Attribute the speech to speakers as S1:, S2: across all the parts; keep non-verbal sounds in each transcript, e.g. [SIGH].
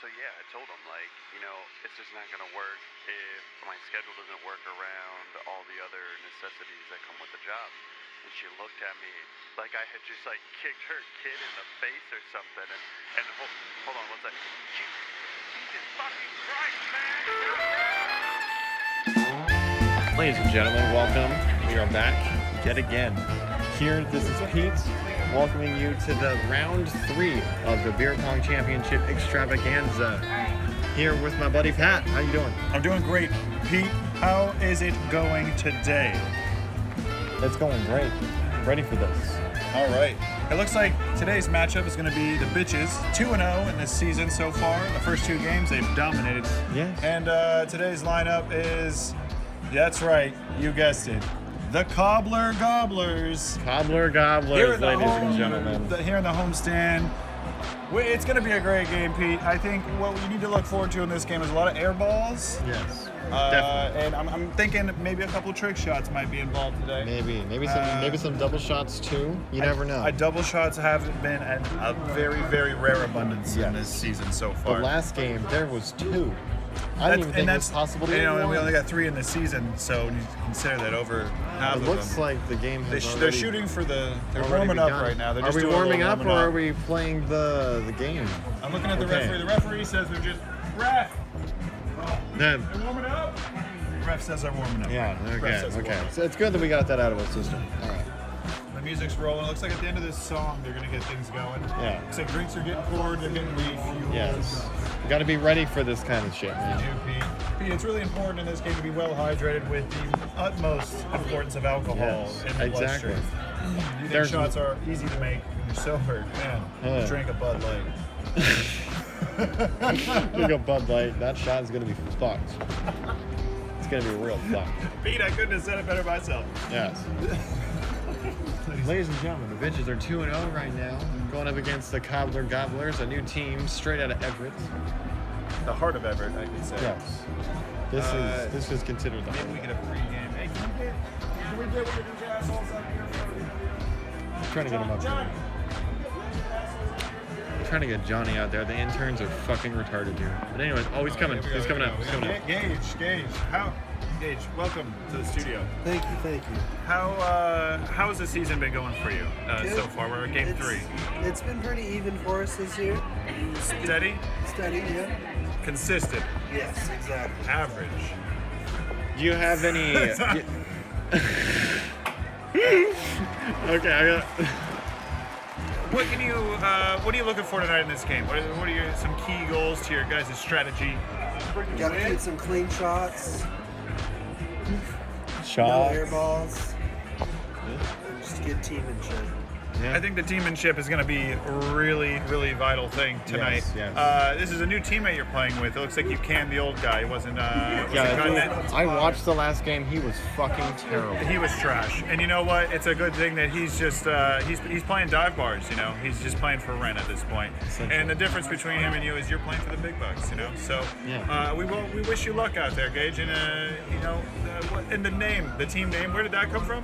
S1: so yeah, I told him like, you know, it's just not gonna work if my schedule doesn't work around all the other necessities that come with the job. And she looked at me like I had just like kicked her kid in the face or something. And and hold, hold on one sec. Jesus, Jesus fucking Christ, man!
S2: Ladies and gentlemen, welcome. We are back yet again. Here, this is Pete welcoming you to the round three of the Beer Pong Championship Extravaganza. Here with my buddy Pat. How you doing?
S3: I'm doing great, Pete. How is it going today?
S2: It's going great. Ready for this?
S3: All right. It looks like today's matchup is going to be the bitches, two and zero in this season so far. The first two games they've dominated.
S2: Yes.
S3: And uh, today's lineup is, that's right, you guessed it, the Cobbler Gobblers.
S2: Cobbler gobblers, ladies and gentlemen.
S3: the- here in the homestand. We- It's going to be a great game, Pete. I think what you need to look forward to in this game is a lot of air balls.
S2: Yes.
S3: Uh,
S2: Definitely.
S3: and I'm, I'm thinking maybe a couple trick shots might be involved today.
S2: Maybe, maybe some,
S3: uh,
S2: maybe some double shots too. You never know.
S3: I double shots have been at a very, very rare abundance in this season so
S2: the
S3: far.
S2: last game there was two. I
S3: That's-
S2: didn't even think it was possible to
S3: You
S2: get
S3: know, and we
S2: one.
S3: only got three in the season, so you consider that over half
S2: It
S3: of
S2: looks
S3: them.
S2: like the game has
S3: they sh- they're
S2: already-
S3: shooting for the. They're
S2: already
S3: warming up
S2: begun.
S3: right now. They're
S2: are
S3: just
S2: we
S3: doing a little
S2: warming up or
S3: warming
S2: are we playing the the game?
S3: I'm looking at the
S2: Okay.
S3: referee. The referee says they're just ref. They're warming up. Ref says they're warming up.
S2: yeah. Okay.
S3: Ref says they're
S2: Okay.
S3: warming up.
S2: So it's good that we got that out of our system. All right.
S3: The music's rolling. It looks like at the end of this song they're gonna get things going.
S2: Yeah.
S3: Looks like drinks are getting poured. They're getting refueled.
S2: Yes. You got to be ready for this kind of shit, [LAUGHS]
S3: You
S2: man.
S3: do, Pete. Pete, it's really important in this game to be well hydrated with the utmost importance of alcohol
S2: Yes,
S3: in the
S2: exactly.
S3: bloodstream. You think
S2: There's-
S3: shots are easy to make when you're sober? Man,
S2: Yeah.
S3: drink a Bud Light.
S2: you go Bud Light. That shot's gonna be fucked. It's gonna be real fucked.
S3: Pete, I couldn't have said it better myself.
S2: Yes. Ladies and gentlemen, the bitches are 2 and 0 right now, going up against the Cobbler Gobblers, a new team straight out of Everett.
S3: The heart of Everett, I could say.
S2: Yes. This
S3: Uh,
S2: is this is considered the
S3: Maybe we could have pregame. Hey, can we get, can we get one of these assholes up here?
S2: trying to get him up.
S3: John,
S2: trying to get Johnny out there. The interns are fucking retarded, dude. But anyways, oh, he's coming.
S3: Here we
S2: He's
S3: go,
S2: coming
S3: here
S2: up.
S3: we
S2: He's
S3: go.
S2: coming up.
S3: Gage, Gage, how? Gage, welcome to the studio.
S4: Thank you, thank you.
S3: How uh, how has the season been going for you uh, so far? We're at game
S4: It's-
S3: three.
S4: It's been pretty even for us this year.
S3: Steady,
S4: Steady, yeah.
S3: consistent,
S4: Yes, exactly.
S3: average.
S2: Do you have any?
S3: [LAUGHS]
S2: [LAUGHS] okay, I got.
S3: What can you uh, what are you looking for tonight in this game? What are, what are your some key goals to your guys' strategy?
S4: Gotta hit some clean shots, no
S2: Shaw.
S4: air balls. and Just get team and shit.
S3: I think the teammanship is going to be a really, really vital thing tonight.
S2: Yes, yes.
S3: Uh, this is a new teammate you're playing with. It looks like you canned the old guy. He wasn't. Uh, wasn't gun-
S2: Yeah, I watched the last game. He was fucking
S3: [LAUGHS]
S2: terrible.
S3: He was trash, and you know what? It's a good thing that he's just uh, he's he's playing dive bars. You know, he's just playing for rent at this point.
S2: Essentially.
S3: And the difference between him and you is you're playing for the big bucks. You know, so
S2: Yeah.
S3: uh, we will, we wish you luck out there, Gage. And uh, you know, uh, what- and the name, the team name, where did that come from?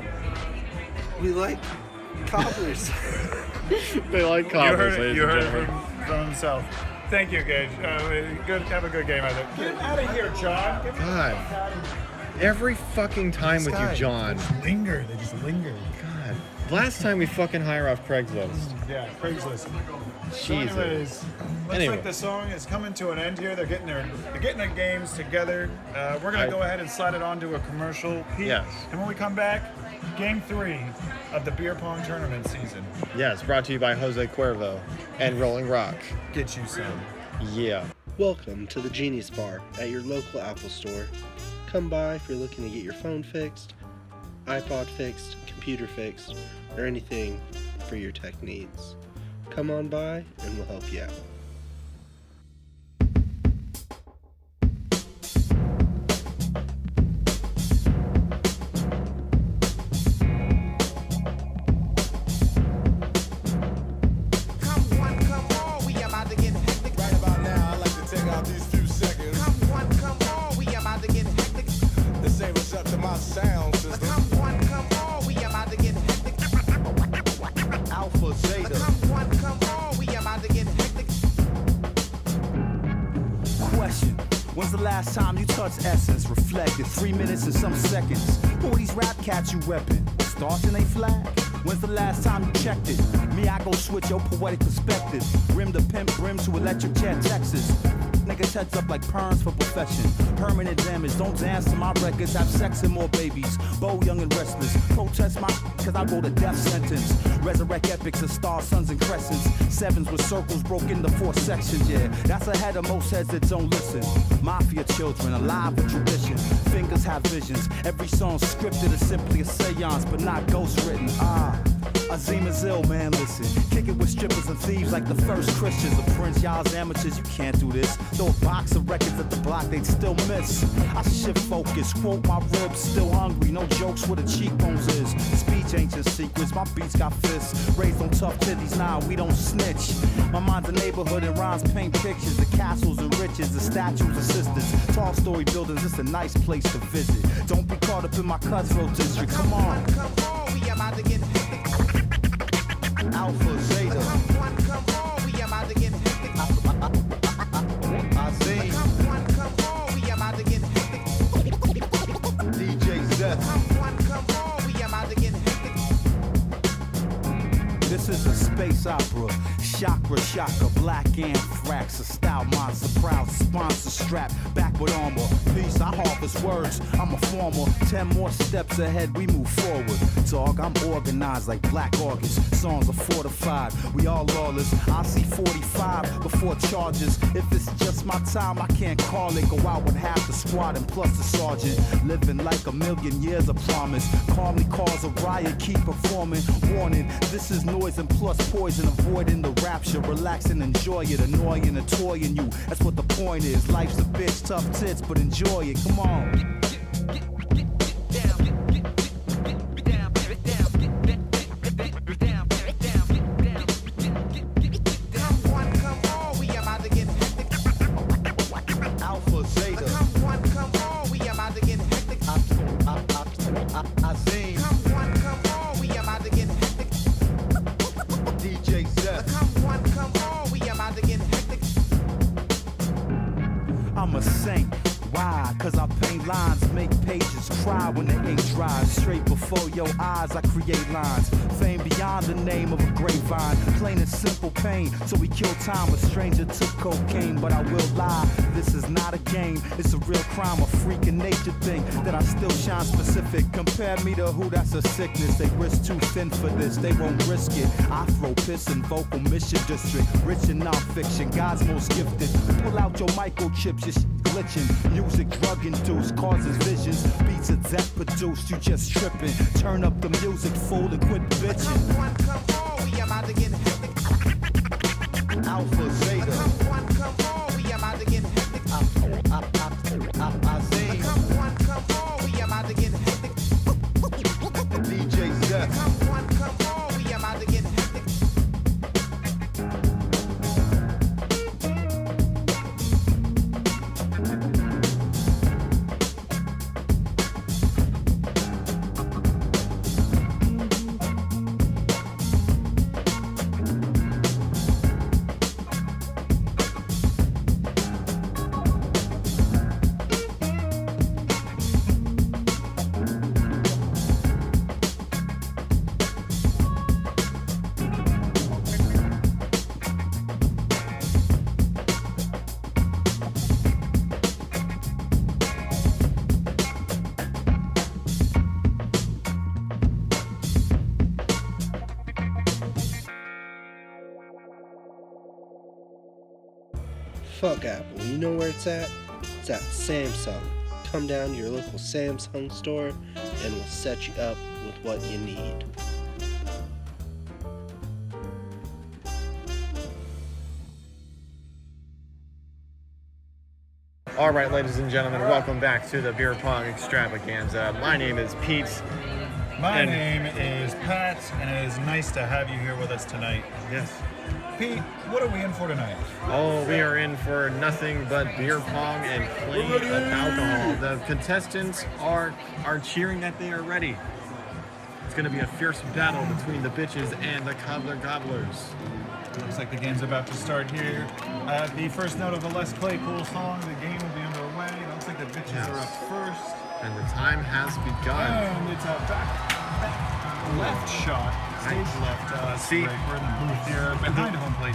S4: We like [LAUGHS] cobblers.
S2: They like
S3: you
S2: cobblers,
S3: heard it.
S2: ladies
S3: You
S2: and
S3: heard it
S2: gentlemen.
S3: from, from himself. Thank you, Gage. Uh, good. Have a good game out there. Get out of here, John. Get
S2: God, every fucking time with you,
S4: guy.
S2: John.
S3: linger. They just linger.
S2: God, last time we fucking hire off Craigslist.
S3: Yeah, Craigslist. So
S2: Jesus.
S3: anyways, looks
S2: Anyway.
S3: like the song is coming to an end here. They're getting their they're getting their games together. Uh, we're gonna
S2: I-
S3: go ahead and slide it onto a commercial. Pete,
S2: Yes.
S3: And when we come back, game three of the beer pong tournament season.
S2: Yes, brought to you by Jose Cuervo and Rolling Rock.
S3: Get you some.
S2: Yeah.
S5: Welcome to the Genius Bar at your local Apple store. Come by if you're looking to get your phone fixed, iPod fixed, computer fixed, or anything for your tech needs. Come on by and we'll help you out.
S6: Come one, come all, we about to get hectic.
S7: Right about now, I'd like to take out these few seconds
S6: Come one, come all, we about to get hectic.
S7: to say what's up to my sound system.
S6: Come one, come all, we about to get hectic.
S7: Alpha Zeta.
S6: Come one, come all, we about to get hectic.
S8: question. When's the last time you touched essence? Reflected three minutes and some seconds. Who are these rap cats you reppin'? Stars in they flag? When's the last time you checked it? Me, I go switch your poetic perspective. Rim to pimp, rim to electric chair, Texas. Niggas heads up like perms for profession. Permanent damage, don't dance to my records. Have sex and more babies. Bow young and restless. Protest my cause I wrote a death sentence. Resurrect epics of stars, suns, and crescents. Sevens with circles broke into four sections, yeah. That's ahead of most heads that don't listen. Mafia children, alive with tradition. Fingers have visions. Every song scripted is simply a seance, but not ghost written. Ah. Azima's ill, man, listen. Kick it with strippers and thieves like the first Christians. The Prince, y'all's amateurs, you can't do this. Throw a box of records at the block, they'd still miss. I shift focus, quote my ribs, still hungry. No jokes where the cheekbones is. Speech ancient secrets, my beats got fists. Raised on tough titties, nah, we don't snitch. My mind's a neighborhood and rhymes paint pictures. The castles and riches, the statues and sisters. Tall story buildings, it's a nice place to visit. Don't be caught up in my cutthroat district, come on.
S6: Come on, we about to get hectic.
S8: Alpha, Zeta,
S6: Come on, come on, we about to get hectic.
S8: Azim.
S6: Come on, come on, we about to get hectic.
S8: DJ Zeth.
S6: Come on, come on, we about to get hectic.
S8: This is a space opera. Chakra, shaka, black anthrax, a style monster, proud sponsor strap, back with armor. Peace, I harvest words, I'm a former. Ten more steps ahead, we move forward. Dog, I'm organized like Black August. Songs are fortified, we all lawless. I see 45 before charges. If it's just my time, I can't call it. Go out with half the squad and plus the sergeant. Living like a million years of promise. Calmly cause a riot, keep performing. Warning, this is noise and plus poison. Avoiding the rapture, relax and enjoy it. Annoying, a toy in you. That's what the point is. Life's a bitch, tough tits, but enjoy it. Come on.
S6: Come on, come on, we about to get hectic.
S8: Alpha Zeta.
S6: Come on, come on, we about to get hectic.
S8: Azim,
S6: Come on, come on, we about to get hectic.
S8: DJ Zeph.
S6: Come on, come on, we about to get hectic.
S8: I'm a saint. Why? Cause I paint lines, make pages cry when the ink dries. Straight before your eyes, I create lines. Fame beyond the name of a grapevine. Plain and simple pain. So we kill time. A stranger took cocaine, but I will lie. This is not a game. It's a real crime, a freak in nature thing that I still shine specific. Compare me to who that's a sickness. They risk too thin for this. They won't risk it. I throw piss in vocal mission district. Rich in nonfiction. God's most gifted. Pull out your microchips. Your sh- glitching. Music drug induced causes visions. Beats of death produced, you just tripping. Turn up the music, fool, and quit bitching.
S6: Come on, come on, we about to get hectic.
S8: Alpha, Zeta,
S6: Come on, come on, we about to get hectic.
S8: Azim,
S6: Come on, come on, we about to get hectic.
S8: DJ Zeph.
S6: Come on, come on, we about to get hectic.
S5: Fuck Apple. You know where it's at? It's at Samsung. Come down to your local Samsung store and we'll set you up with what you need.
S2: All right, ladies and gentlemen, welcome back to the Beer Pong Extravaganza. My name is Pete.
S3: My
S2: And-
S3: name is Pat, and it is nice to have you here with us tonight.
S2: Yes.
S3: Pete, what are we in for tonight?
S2: Oh, we are in for nothing but beer pong and plenty of alcohol. The contestants are are cheering that they are ready. It's gonna be a fierce battle between the bitches and the cobbler gobblers.
S3: Looks like the game's about to start here. Uh, the first note of the Les Claypool song, the game will be underway. It looks like the bitches
S2: Yes.
S3: are up first.
S2: And the time has begun.
S3: And it's a back, back left shot, stage
S2: Nice.
S3: left. Uh,
S2: See-
S3: break. We're in the booth here behind home plate.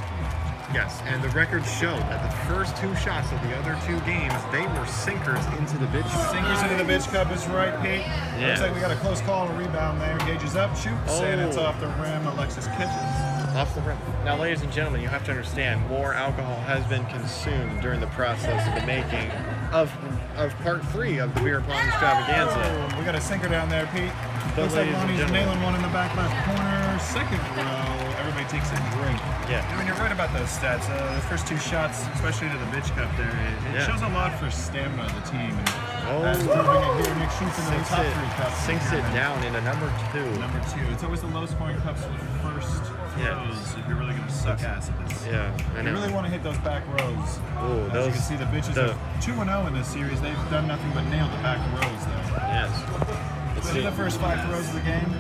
S2: Yes, and the records show that the first two shots of the other two games, they were sinkers into the bitch.
S3: Sinkers into the bitch cup is right, Pete.
S2: Yeah.
S3: Looks like we got a close call and a rebound there. Gage is up, shoots, and it's
S2: Oh.
S3: off the rim. Alexis catches.
S2: Off the rim. Now, ladies and gentlemen, you have to understand more alcohol has been consumed during the process of the making of of part three of the beer pong extravaganza.
S3: Oh, we got a sinker down there, Pete.
S2: But
S3: Looks like
S2: ladies and
S3: Lonnie's
S2: gentlemen-
S3: nailing one in the back left corner. Second row, everybody takes a drink.
S2: Yeah.
S3: I mean, you're right about those stats. Uh, the first two shots, especially to the bitch cup there, it, it
S2: Yeah.
S3: shows a lot for stamina of the team. And
S2: Oh.
S3: that's proving it here. Nick shoots into the
S2: Sinks
S3: top three
S2: it,
S3: cups.
S2: sinks it down into number two.
S3: Number two. It's always the low scoring cups for the first throws
S2: Yeah.
S3: if you're really going to suck ass at this.
S2: Yeah, I
S3: You really
S2: know.
S3: want to hit those back rows.
S2: Ooh,
S3: As
S2: those-
S3: you can see, the bitches
S2: the-
S3: are 2 and 0 in this series. They've done nothing but nail the back rows, though.
S2: Yes. Let's
S3: Those are
S2: see.
S3: the first five throws of the game.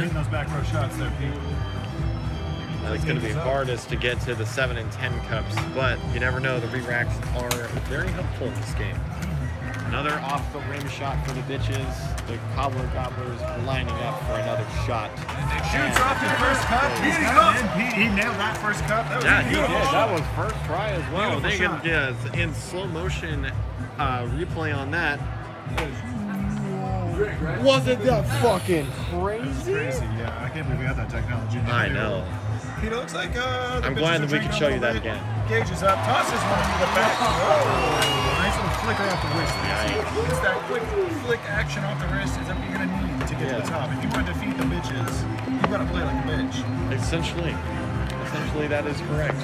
S2: Yeah.
S3: hitting those back row shots there, Pete.
S2: Uh, It's going to be hardest to get to the seven and ten cups, but you never know. The re-racks are very helpful in this game. Another off the rim shot for the bitches. The cobbler gobblers lining up for another shot.
S3: Shoots off his first cup. He's got it in, Pete. He nailed that first cup. That was
S2: Yeah,
S3: a
S2: he did. That
S3: beautiful shot.
S2: was first try as well.
S3: Beautiful
S2: they can
S3: shot.
S2: get in slow motion uh, replay on that. Wasn't that fucking crazy?
S3: Crazy, yeah. I can't believe we have that technology.
S2: I know.
S3: He looks like uh, the
S2: I'm
S3: bitches
S2: glad
S3: are
S2: that we
S3: drinking
S2: could
S3: a
S2: show you
S3: little
S2: that
S3: bit.
S2: again.
S3: Gage is up, tosses one to the back. Oh, nice little flicker off the wrist.
S2: Yeah.
S3: It's that quick flick action off the wrist is what you're gonna need to get to
S2: Yeah.
S3: the top. If you want to defeat the bitches, you gotta play like a bitch.
S2: Essentially, essentially that is correct.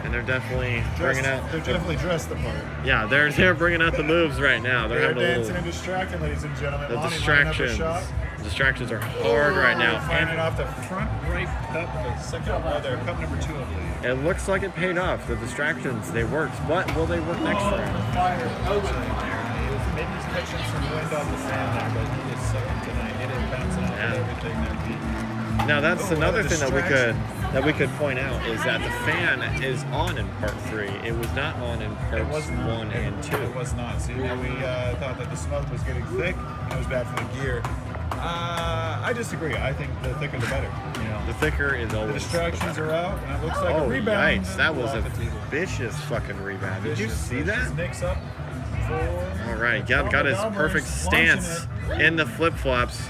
S2: And they're definitely bringing
S3: Dressed-
S2: out.
S3: They're definitely dressed the part.
S2: Yeah, they're they're bringing out the moves right now. They're
S3: They're
S2: having a
S3: dancing and
S2: little.
S3: distracting, ladies and gentlemen.
S2: The
S3: Lonnie lining up a
S2: distractions.
S3: shot.
S2: Distractions are hard right now.
S3: Firing it
S2: And
S3: off the front right cup, the second row there, cup number two, I believe.
S2: it looks like it paid off. The distractions, they worked. What will they work next time?
S3: Fire. Maybe he's catching some wind on the sand there, but he is sucking tonight. It is bouncing off
S2: Yeah.
S3: of everything there.
S2: Now that's
S3: Oh, what a
S2: another thing that we could
S3: distraction.
S2: that we could point out is that the fan is on in part three. It was not on in
S3: It
S2: parts
S3: was not.
S2: one and two.
S3: It was not. See, now we uh, thought that the smoke was getting thick. That was bad for the gear. Uh, I disagree. I think the thicker the better. You know,
S2: The thicker is
S3: the
S2: always.
S3: distractions are out, and it looks like
S2: Oh,
S3: a rebound.
S2: yikes! That was
S3: off
S2: a
S3: the table.
S2: vicious fucking rebound. Did you
S3: Vicious,
S2: see
S3: vicious.
S2: that?
S3: Knicks up. four.
S2: All right, got got his
S3: Robert
S2: perfect
S3: Alvarez launching
S2: stance
S3: it.
S2: in the flip flops,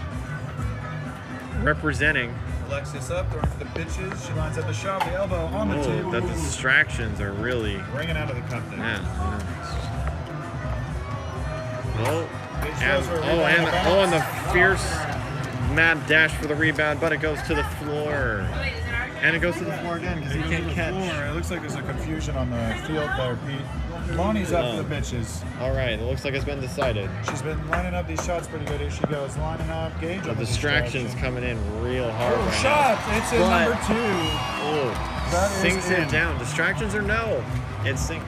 S2: representing.
S3: Alexis up, throwing for the bitches. She lines up the shot, the elbow on the
S2: Oh,
S3: table.
S2: the distractions are really.
S3: Bringing out of the cup there.
S2: Yeah. Oh,
S3: Bitch
S2: and,
S3: throws her
S2: oh,
S3: rebound
S2: and
S3: back.
S2: oh, and the fierce mad dash for the rebound, but it goes to the floor, and it goes to the floor again because he
S3: It goes to
S2: can't
S3: the
S2: catch.
S3: floor. It looks like there's a confusion on the field there, Pete. Lonnie's up for the
S2: Oh.
S3: bitches.
S2: All right, it looks like it's been decided.
S3: She's been lining up these shots pretty good. Here she goes, lining up. Gage
S2: The
S3: on the
S2: distractions
S3: distraction.
S2: coming in real hard.
S3: Oh,
S2: right now.
S3: shot! It's in
S2: But-
S3: number two. That
S2: Oh,
S3: is
S2: sinks
S3: in.
S2: it down. Distractions or no? It sinks.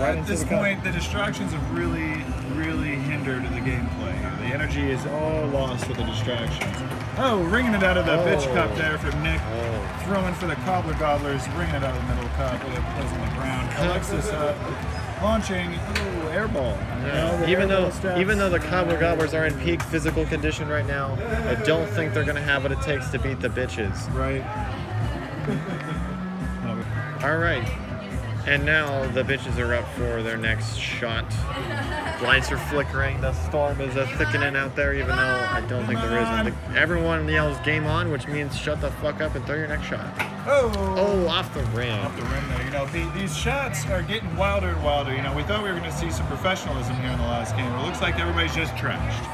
S2: Right
S3: At
S2: into
S3: this
S2: the cup.
S3: point, the distractions have really, really hindered the gameplay. The energy is all lost with the distractions. Oh, ringing it out of the bitch
S2: Oh.
S3: cup there from Nick.
S2: Oh,
S3: Throwing for the cobbler gobblers, bringing it out of the middle cup with it plays on the ground. Alexis up, launching. Ooh, air ball. You know, the
S2: even
S3: air
S2: though
S3: ball stats.
S2: even though the Cobbler Gobblers are in peak physical condition right now, I don't think they're gonna have what it takes to beat the bitches.
S3: Right. No, we-
S2: All right. And now the bitches are up for their next shot. Lights are flickering. The storm is uh, thickening out there, even though I don't think there isn't. The- everyone yells "game on," which means shut the fuck up and throw your next shot.
S3: Oh!
S2: Oh, off the rim.
S3: Off the rim there. You know, the, these shots are getting wilder and wilder. You know, we thought we were going to see some professionalism here in the last game. It looks like everybody's just trashed.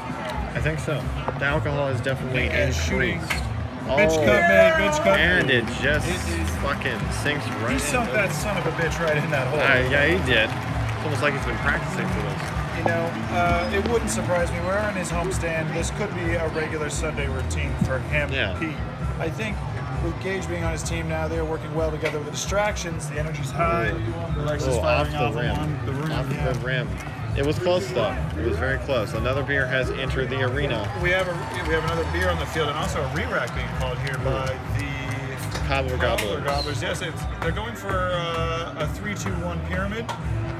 S2: I think so. The alcohol is definitely
S3: And shooting.
S2: increased.
S3: Bitch
S2: Oh,
S3: cup, man. Bitch cup.
S2: and it just
S3: It is-
S2: fucking sinks right
S3: He
S2: in.
S3: sunk that son of a bitch right in that hole.
S2: Uh, yeah, he did. It's almost like he's been practicing for this.
S3: You know, uh, it wouldn't surprise me. We're in his homestand. This could be a regular Sunday routine for him,
S2: Yeah.
S3: Pete. I think with Gage being on his team now, they're working well together with the distractions. The energy's high. Alexis
S2: Oh, off
S3: firing
S2: the
S3: off
S2: rim.
S3: along the rim.
S2: Off
S3: yeah.
S2: the rim. It was close though. It was very close. Another beer has entered the arena.
S3: We have a, we have another beer on the field and also a re-rack being called here by the
S2: Cobbler
S3: Gobbler
S2: Gobbler.
S3: gobblers. Yes, it's, they're going for uh, a three-two-one pyramid.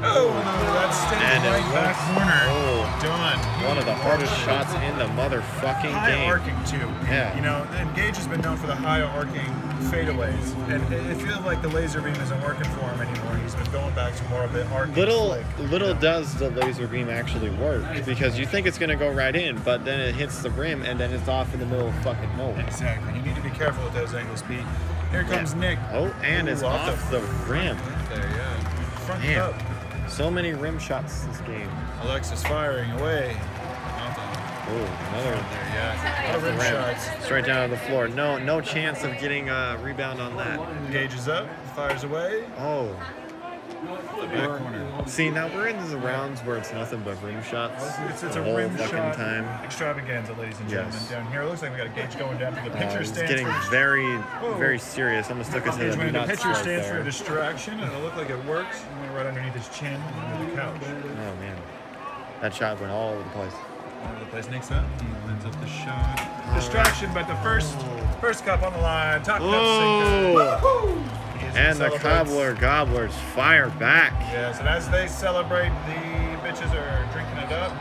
S3: Oh, that's
S2: And
S3: stayed
S2: it
S3: right back
S2: works.
S3: corner.
S2: Oh.
S3: Done.
S2: One of the hardest shots in the motherfucking
S3: High
S2: game.
S3: arcing too.
S2: Yeah.
S3: You know, and Gage has been known for the high arcing fadeaways, and it, it feels like the laser beam isn't working for him anymore. He's been going back to more of the arcing.
S2: Little
S3: flick.
S2: little does the laser beam actually work because you think it's gonna go right in, but then it hits the rim and then it's off in the middle of fucking nowhere.
S3: Exactly. You need to be careful with those angles, Pete. Here comes Nick.
S2: Oh, and it's
S3: Ooh, off
S2: off the rim.
S3: There, yeah. Front
S2: Damn.
S3: up.
S2: So many rim shots this game.
S3: Alexis firing away. Nothing.
S2: Oh, another
S3: There, yeah. A lot of rim
S2: rim.
S3: shots.
S2: Straight down to the floor. No, no chance of getting a rebound on that.
S3: Engages up, fires away.
S2: Oh,
S3: Back corner.
S2: see now we're in the rounds where it's nothing but rim shots
S3: It's, it's
S2: the
S3: a
S2: whole
S3: rim
S2: fucking
S3: shot
S2: time.
S3: extravaganza, ladies and gentlemen,
S2: Yes.
S3: down here. It looks like we got a gauge going down to the
S2: Uh,
S3: pitcher
S2: it's
S3: stand.
S2: getting very, very serious. Almost took us to
S3: Gage
S2: the
S3: went into
S2: nuts
S3: pitcher
S2: right
S3: stance for a
S2: there.
S3: distraction, and it looked like it worked. It went right underneath his chin under the couch.
S2: Oh man, that shot went all over the place.
S3: All over the place. Nick's up. He lines up the shot. Distraction, but the first first cup on the line. Top
S2: Oh.
S3: cup sinker.
S2: And the cobbler gobblers fire back.
S3: Yes, and as they celebrate, the bitches are drinking it up.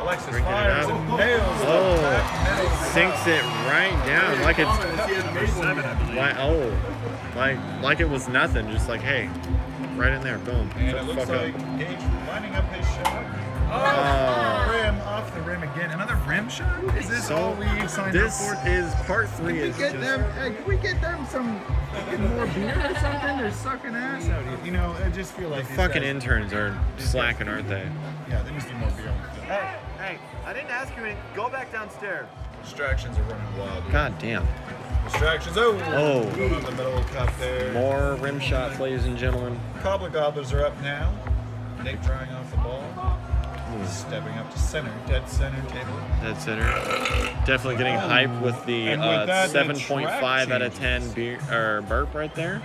S3: Alexis
S2: Drinking it
S3: fires
S2: up.
S3: and nails the back middle.
S2: Oh, sinks it right down like it's like oh, like like it was nothing. Just like hey, right in there, boom.
S3: And
S2: Shut
S3: it
S2: the
S3: looks
S2: fuck up.
S3: like Gage lining up his shot.
S2: Oh.
S3: Oh, rim off the rim again. Another rim shot? Is this all we signed
S2: this
S3: up for?
S2: is part three. Is
S3: Get
S2: just-
S3: them, hey, can we get them some fucking more beer or something? They're sucking ass out here. You know, I just feel like these
S2: Fucking
S3: guys-
S2: interns are slacking, aren't they?
S3: Yeah, they just need more beer.
S2: Hey, hey, I didn't ask you anything. Go back downstairs.
S3: Distractions are running wild.
S2: God damn.
S3: Distractions. Oh,
S2: Oh.
S3: Going up the middle of the cup there.
S2: More rim shots, ladies and gentlemen.
S3: Cobbler Gobblers are up now. Nick drying off the ball.
S2: Hmm.
S3: Stepping up to center, dead center table.
S2: Dead center. eh? Definitely getting hype with the
S3: And with
S2: uh,
S3: that, the
S2: 7.5 out of
S3: track
S2: 10 beer, or burp right there.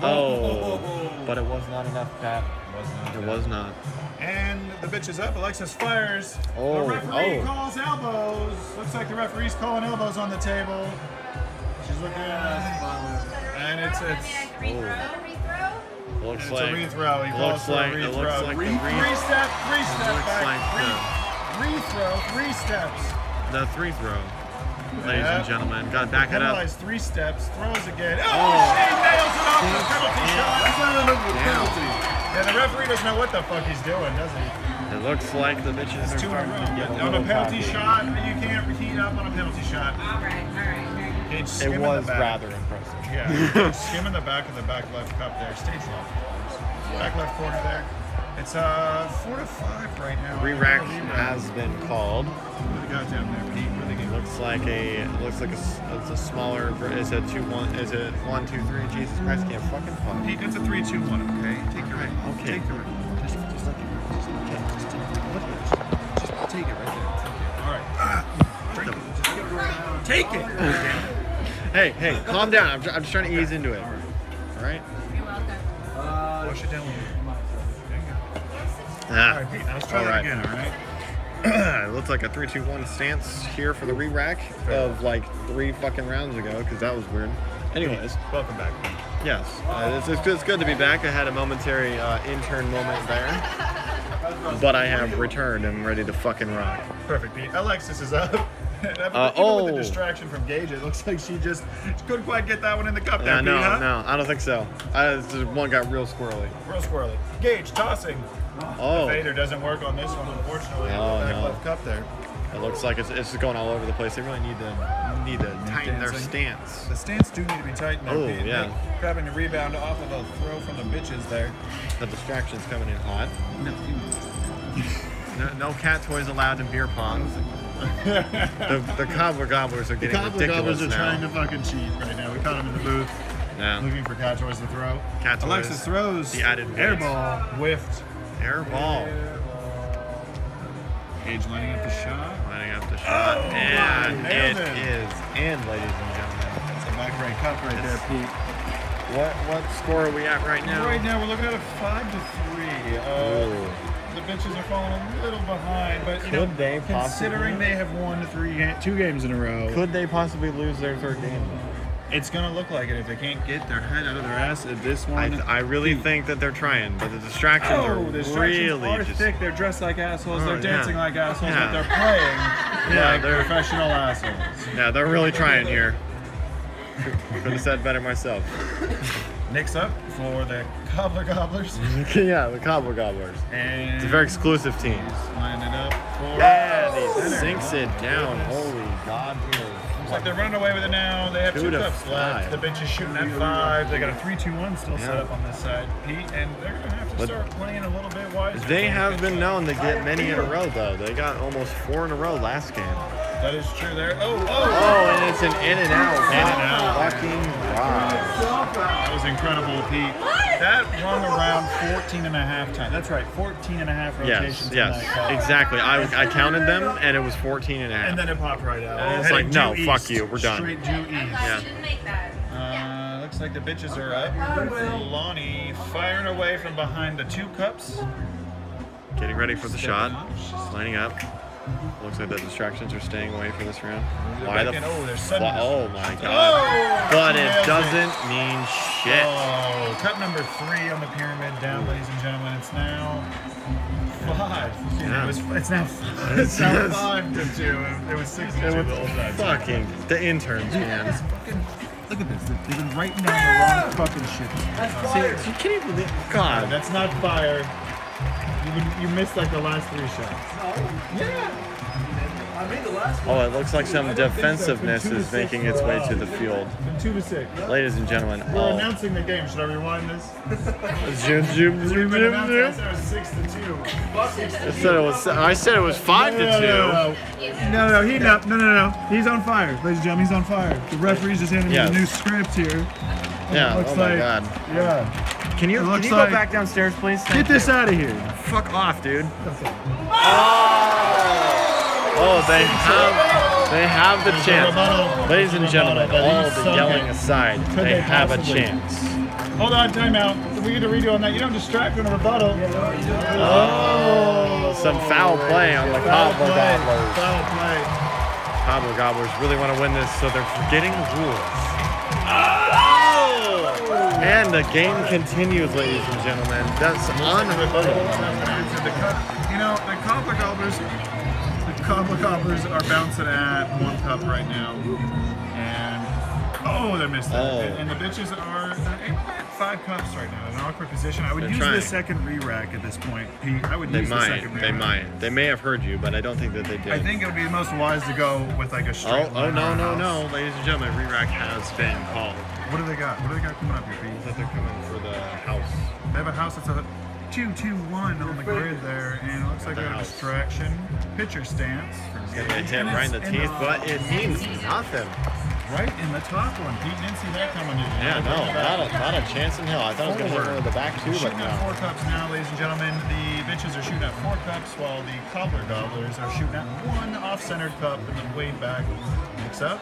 S2: Oh, but it was not enough, Pat.
S3: Was not
S2: It
S3: bad.
S2: was not.
S3: And the bitch is up. Alexis fires.
S2: Oh,
S3: the referee
S2: oh.
S3: calls elbows. Looks like the referee's calling elbows on the table. She's looking And it's it's
S9: Free throw. Free throw.
S2: Oh. Looks
S3: it's
S2: like
S3: a re-throw. He calls
S2: looks
S3: for
S2: like
S3: a
S2: it
S3: re-throw.
S2: looks like the
S3: Re-
S2: re-
S3: three step, three
S2: it
S3: step
S2: looks
S3: back.
S2: like
S3: re- re-throw, three steps.
S2: the, the three throw. Ladies
S3: Yeah.
S2: and gentlemen, gotta back it up.
S3: Penalized three steps, throws again. Oh,
S2: Oh.
S3: she nails it off the penalty
S2: Damn.
S3: shot.
S2: Damn.
S3: Yeah, the referee doesn't know what the fuck he's doing, does he?
S2: It looks like the bitches are
S3: Two in a row.
S2: starting to get a
S3: on a
S2: little
S3: penalty
S2: cocky.
S3: shot, you can't heat up on a penalty shot.
S9: All right, all right, all right.
S3: Gage
S2: It
S3: skimming
S2: was
S3: the back.
S2: rather impressive. [LAUGHS]
S3: Yeah, skimming the back of the back left cup there, stage left. Back left corner there. It's uh four to five right now.
S2: Re-rack
S3: Re-rack.
S2: has been called.
S3: What do we got down there, Pete? What do they give?
S2: Looks like a it looks like a, s- it's a smaller ver- it's a two one is it one two three Jesus Christ can't fucking fuck.
S3: Pete, it's a three, two, one. Okay, take your ring.
S2: Okay.
S3: Take your ring.
S4: Just, just let it Just, okay, just, take it. Look at it. just take it right
S3: All right.
S4: there. Take it.
S2: Hey hey calm down I'm, tr- I'm just trying to ease into it. All right.
S9: You're welcome.
S3: Wash it down. All
S2: Ah,
S3: right, Pete. Now let's try
S2: All
S3: that
S2: right.
S3: again. All
S2: [LAUGHS]
S3: right.
S2: it looks like a three two one stance here for the re-rack of like three fucking rounds ago because that was weird. Anyways,
S3: Welcome back. Pete.
S2: yes, uh, it's, it's, it's good to be back. I had a momentary uh, intern moment there, but I have returned and ready to fucking rock.
S3: Perfect, Pete. Alexis is up. [LAUGHS] And Even
S4: Uh,
S3: with
S2: oh.
S3: the distraction from Gage, it looks like she just she couldn't quite get that one in the cup.
S2: Yeah,
S3: there,
S2: Uh, no,
S3: Pete, huh?
S2: no, I don't think so. I, this is- one got real squirrely.
S3: Real squirrely. Gage tossing.
S2: Oh,
S3: Fader doesn't work on this one, unfortunately.
S2: Oh,
S3: back
S2: no.
S3: left cup there.
S2: It looks like it's, it's just going all over the place. They really need to need to tighten their stance.
S3: The stance do need to be tightened. there,
S2: Oh,
S3: Pete.
S2: yeah.
S3: Nick Grabbing a rebound off of a throw from the bitches there.
S2: The distraction's coming in hot. No, no cat toys allowed in beer [LAUGHS] pongs. the, the cobbler gobblers are getting ridiculous now.
S3: fucking cheat right now. We caught him in the booth
S2: yeah.
S3: looking for cat toys to throw.
S2: Cat toys.
S3: Alexis throws.
S2: The added weight.
S3: air ball whiffed.
S2: Air ball.
S3: Gage lining up the shot.
S2: Lining up the shot. and it
S3: Oh, nailed it.
S2: is in, ladies and gentlemen.
S3: That's a back right cup right
S2: It's-
S3: there, Pete.
S2: What what score are we at right now?
S3: Right now, we're looking at a five to three. Uh, the bitches are falling a little behind, but you know,
S2: Could they possibly-
S3: considering they have won three, ga- two games in a row,
S2: Could they possibly lose their third game?
S3: It's gonna look like it if they can't get their head out of their ass at this one.
S2: I, I really think that they're trying, but the distractions
S3: Hmm. Oh,
S2: are
S3: the distractions
S2: really
S3: are
S2: just.
S3: thick. They're dressed like assholes.
S2: Oh,
S3: they're
S2: yeah.
S3: dancing like assholes,
S2: Yeah.
S3: but they're
S2: [LAUGHS]
S3: playing
S2: Yeah,
S3: like
S2: they're-
S3: professional assholes.
S2: Yeah, they're really trying here. Could have said better myself. [LAUGHS]
S3: [LAUGHS] Next up for the
S2: [LAUGHS]
S3: Cobbler Gobblers.
S2: yeah, the Cobbler Gobblers.
S3: And
S2: It's a very exclusive team.
S3: line it up for.
S2: Yeah,
S3: Oh,
S2: he
S3: center.
S2: sinks it down. Holy God.
S3: Looks like they're running away with it now. They have
S2: Two
S3: two
S2: to
S3: cups
S2: five.
S3: left. The bench is shooting at five. They got a three-two-one still set
S2: Yeah.
S3: up on this side, Pete, and they're going to have to
S2: But-
S3: start playing a little bit wiser.
S2: They have been known to get many in a row, though. They got almost four in a row last game.
S3: That is true there. Oh, oh,
S2: Oh, and it's an in and out.
S3: In and out.
S2: Fucking wow.
S3: That was incredible, Pete. That run around 14 and a half times. That's right, 14 and a half
S2: Yes,
S3: rotations. in
S2: yes,
S3: that cup.
S2: exactly. I, I counted them, and it was 14 and a half.
S3: And then it popped right out.
S2: And it's
S3: Heading
S2: like, no,
S3: due
S2: fuck
S3: east.
S2: you, we're done.
S3: Straight due
S9: I'm
S3: east.
S9: glad
S2: Yeah.
S9: you didn't make that.
S3: Uh, looks like the bitches are up. Lonnie firing away from behind the two cups.
S2: Getting ready for the
S3: Stepping
S2: shot.
S3: up. She's-
S2: Lining up. Looks like the distractions are staying away for this round.
S3: They're
S2: Why the
S3: back in. Oh, they're
S2: f-
S3: sudden-
S2: Oh my
S3: Oh,
S2: god. But it
S3: nailed
S2: doesn't mean shit.
S3: Oh, cup number three on the pyramid down, ladies and gentlemen. It's now five.
S2: Yeah.
S3: It was, it's now five.
S2: It's
S3: It's now
S2: just-
S3: five to two. It was six to two the whole time.
S2: Fucking the interns, man.
S4: Look at this. They've they've been writing down the wrong fucking shit.
S2: See, you can't even.
S3: Uh,
S2: God.
S3: That's not fire. You, would- you missed like the last three shots.
S2: Oh, it looks like some defensiveness is making its way to the field.
S3: From two to six.
S2: Ladies and gentlemen,
S3: We're
S2: all.
S3: announcing the game. Should I rewind this?
S2: Zoom, zoom,
S3: We've
S2: zoom,
S3: been
S2: zoom,
S3: announcing
S2: zoom.
S3: this as six to two.
S2: I said it was. I said it was five
S3: No,
S2: to
S3: no, no, no, no, he no, no, no, no. He's on fire, ladies and gentlemen. He's on fire. The referee's just handing
S2: Yes.
S3: me the new script here.
S2: two. Yeah.
S3: Looks
S2: Oh my
S3: like-
S2: god.
S3: Yeah.
S2: Can you
S3: It
S2: can
S3: looks
S2: you go
S3: like-
S2: back downstairs, please?
S3: Get this out of here.
S2: Fuck off, dude. Oh, they have they have the chance. Ladies and gentlemen, all the yelling aside, they have a chance.
S3: Hold on, timeout. We need to redo on that. You don't distract on a rebuttal.
S2: Oh, some foul play on the
S3: Oh. Foul
S2: Cobbler
S3: play.
S2: Gobblers.
S3: Foul play.
S2: Cobbler Gobblers really want to win this, so they're forgetting rules.
S3: Oh!
S2: And the game continues, ladies and gentlemen. That's unrebuttable.
S3: The cup- You know, the Cobbler Gobblers, the Cobbler Gobblers are bouncing at one cup right now. And, oh, they missed it.
S2: Oh.
S3: And the bitches are they're aiming at five cups right now in an awkward position. I would
S2: They're
S3: use
S2: trying.
S3: the second re-rack at this point, Pete. I would
S2: They
S3: use the
S2: might.
S3: second re-rack.
S2: They might. They may have heard you, but I don't think that they did.
S3: I think it would be most wise to go with like a straight
S2: Oh, oh
S3: line
S2: no,
S3: or a
S2: no,
S3: house.
S2: no, ladies and gentlemen, re-rack has been called.
S3: What do they got? What do they got coming up here, Pete?
S2: That they're coming for the house.
S3: They have a house that's a 2-2-1 on the grid there, and it looks like
S2: The
S3: they got a
S2: house.
S3: distraction. Pitcher stance. from
S2: They
S3: Gabe.
S2: hit
S3: And
S2: right in the
S3: it's
S2: teeth, but it means nothing.
S3: Right in the top one. Pete didn't see that coming, did you?
S2: Yeah, no, not a, not a chance in hell. I thought it was gonna hit
S3: Forward.
S2: one of the back too, but
S3: Shooting at
S2: no.
S3: four cups now, ladies and gentlemen. The bitches are shooting at four cups, while the cobbler gobblers are shooting at one off-centered cup and then way back. Mix up.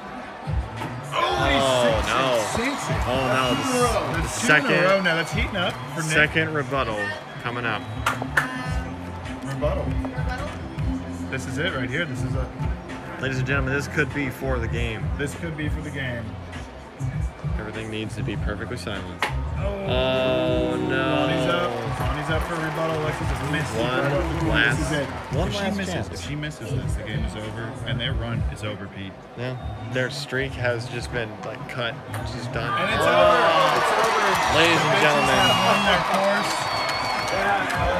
S3: Oh, he sinks it,
S2: no.
S3: sinks it.
S2: Oh no, the s-
S3: That's two in a row
S2: second
S3: now. That's heating up for Nick.
S2: second rebuttal coming up.
S3: rebuttal. This is it right here. This is a.
S2: Ladies and gentlemen, this could be for the game.
S3: This could be for the game.
S2: Everything needs to be perfectly silent.
S3: Oh.
S2: Oh
S3: Ronnie's
S2: no.
S3: up. Ronnie's up for rebuttal. Alexis has missed.
S2: One
S3: Right up the goal.
S2: last-
S3: This is it.
S2: one
S3: if
S2: last
S3: she misses,
S2: chance.
S3: if she misses this, the game is over, and their run is over, Pete.
S2: Yeah, their streak has just been like cut. She's done.
S3: And it's
S2: Oh, Ladies and gentlemen.
S3: gentlemen.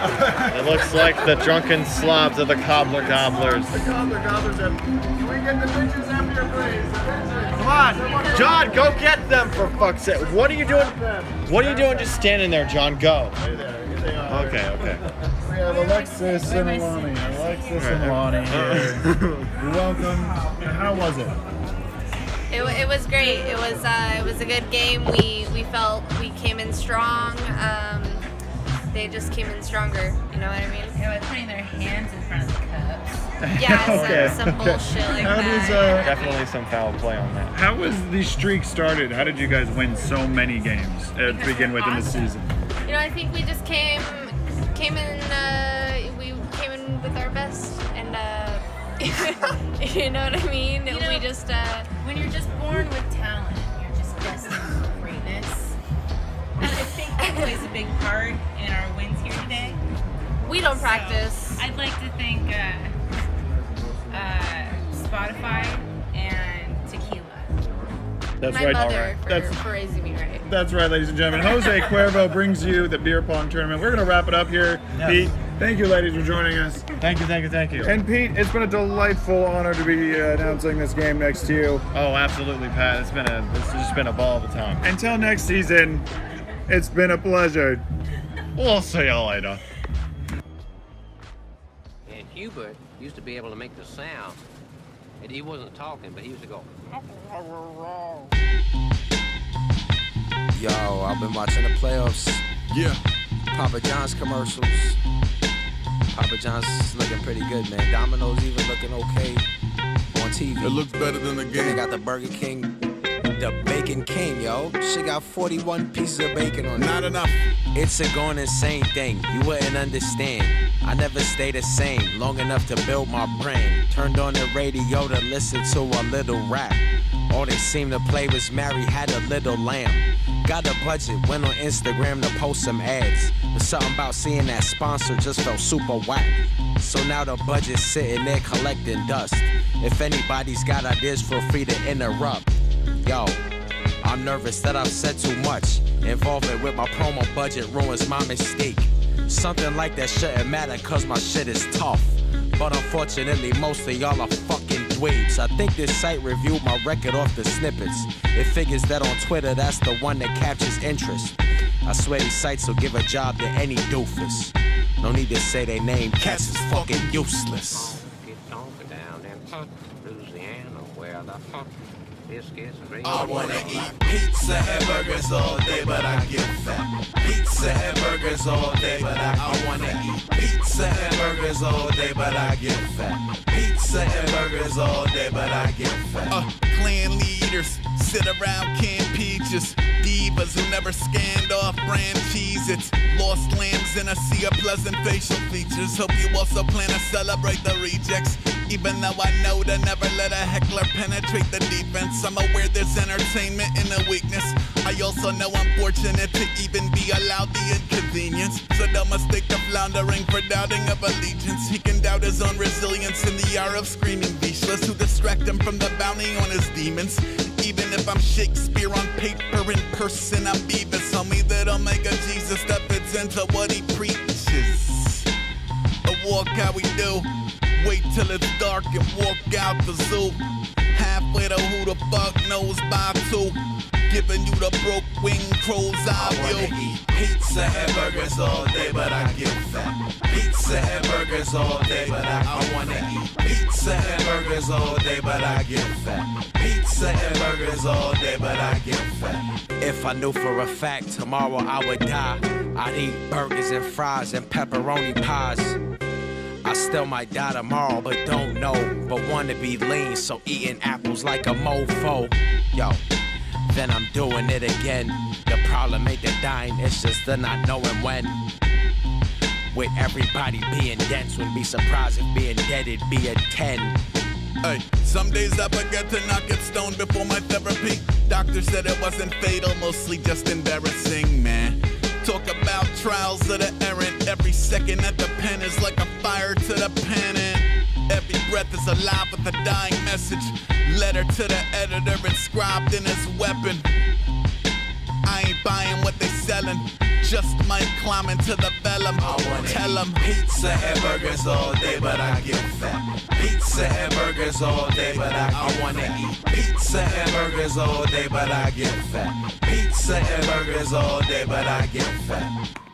S2: It looks like the drunken slobs of the cobbler gobblers.
S3: Can we get the bitches up here, please?
S2: Come on, John, go get them for fuck's sake. What are you doing? What are you doing just standing there, John? Go.
S3: Hey there. Here they are.
S2: Okay, okay.
S3: We have Alexis and Lonnie. Alexis and Lonnie here.
S2: [LAUGHS]
S3: You're welcome. How was it?
S9: It, wa- it was great. It was uh, it was a good game. We we felt we came in strong. Um, they just came in stronger. You know what I
S3: [LAUGHS]
S9: mean?
S10: They're like putting their hands in front of the cups.
S9: Yeah, some,
S3: Okay,
S9: some
S3: okay.
S9: bullshit like
S3: How
S9: that.
S3: does, uh,
S2: Definitely some foul play on that.
S3: How was the streak started? How did you guys win so many games uh, to begin with in the season?
S9: you know, I think we just came came in uh, we came in with our best, and uh, [LAUGHS] you know what I mean.
S10: You know-
S9: we just uh,
S10: When you're just born with talent, you're just born plays a big part in our wins here today.
S9: We don't
S10: So,
S9: practice.
S10: I'd like to thank uh, uh, Spotify and Tequila.
S3: That's
S9: My
S3: right.
S9: mother for,
S3: That's
S9: for raising me right.
S3: That's right, ladies and gentlemen. Jose Cuervo brings you the beer pong tournament. We're going to wrap it up here.
S2: Yes.
S3: Pete, thank you, ladies, for joining us.
S2: Thank you, thank you, thank you.
S3: And Pete, it's been a delightful honor to be uh, announcing this game next to you.
S2: oh, absolutely, Pat. It's been a it's just been a ball of a time.
S3: Until next season, it's been a pleasure.
S2: We'll see y'all later.
S6: And Hubert used to be able to make the sound. And he wasn't talking, but he used to go.
S8: Yo, I've been watching the playoffs. Yeah. Papa John's commercials. Papa John's is looking pretty good, man. Domino's even looking okay on TV. It looks better than the game. They got the Burger King, the Bacon King, yo. She got 41 pieces of bacon on it. Not enough. It's a going insane thing. You wouldn't understand. I never stay the same long enough to build my brain. Turned on the radio to listen to a little rap. All they seemed to play was Mary had a little lamb. Got a budget, went on Instagram to post some ads. But something about seeing that sponsor just felt super whack. So now the budget's sitting there collecting dust. If anybody's got ideas, feel free to interrupt. Yo, I'm nervous that I've said too much. Involvement with my promo budget ruins my mistake. Something like that shouldn't matter, cause my shit is tough. But unfortunately, most of y'all are fucking dweebs. I think this site reviewed my record off the snippets. It figures that on Twitter, that's the one that captures interest. I swear these sites will give a job to any doofus. No need to say their name, cats is fucking useless.
S6: Get over down in Louisiana where the biscuits are
S8: I wanna eat pizza and burgers all day, but I get fat. Pizza and burgers all day, but I, I wanna eat pizza and burgers all day, but I get fat. Pizza and burgers all day, but I get fat.
S11: Uh, clan leaders sit around canned peaches. Divas who never scanned off brand cheese. It's lost lambs in a sea of pleasant facial features. Hope you also plan to celebrate the rejects. Even though I know to never let a heckler penetrate the defense, I'm aware there's entertainment in the weakness. I also know I'm fortunate to even be allowed the inconvenience. So don't mistake the floundering for doubting of allegiance. He can doubt his own resilience in the hour of screaming speechless who distract him from the bounty on his demons. Even if I'm Shakespeare on paper in person, I'm Beavis, homie. That'll make a Jesus that fits into what he preaches. A walk how we do. Wait till it's dark and walk out the zoo. Halfway to who the fuck knows by two. Giving you the broke wing crow's eye view.
S8: Pizza and burgers all day, but I get fat. Pizza and burgers all day, but I, I wanna eat pizza and burgers all day, but I get fat. Pizza and burgers all day, but I get fat.
S6: If I knew for a fact tomorrow I would die, I'd eat burgers and fries and pepperoni pies. I still might die tomorrow, but don't know. But wanna be lean, so eating apples like a mofo. Yo, then I'm doing it again. The problem ain't the dying, it's just the not knowing when. With everybody being dense, wouldn't be surprised if being dead it'd be a 10.
S11: Hey, some days I forget to knock it stone before my therapy. Doctor said it wasn't fatal, mostly just embarrassing, man. Talk about trials of the errant. Every second at the pen is like a fire to the pennant. Every breath is alive with a dying message. Letter to the editor inscribed in his weapon. I ain't buying what they selling. Just might climb into the vellum. Tell 'em
S8: Pizza and burgers all day, but I get fat. Pizza and burgers all day, but I, I wanna eat pizza and burgers all day, but I get fat. Pizza and burgers all day, but I get fat.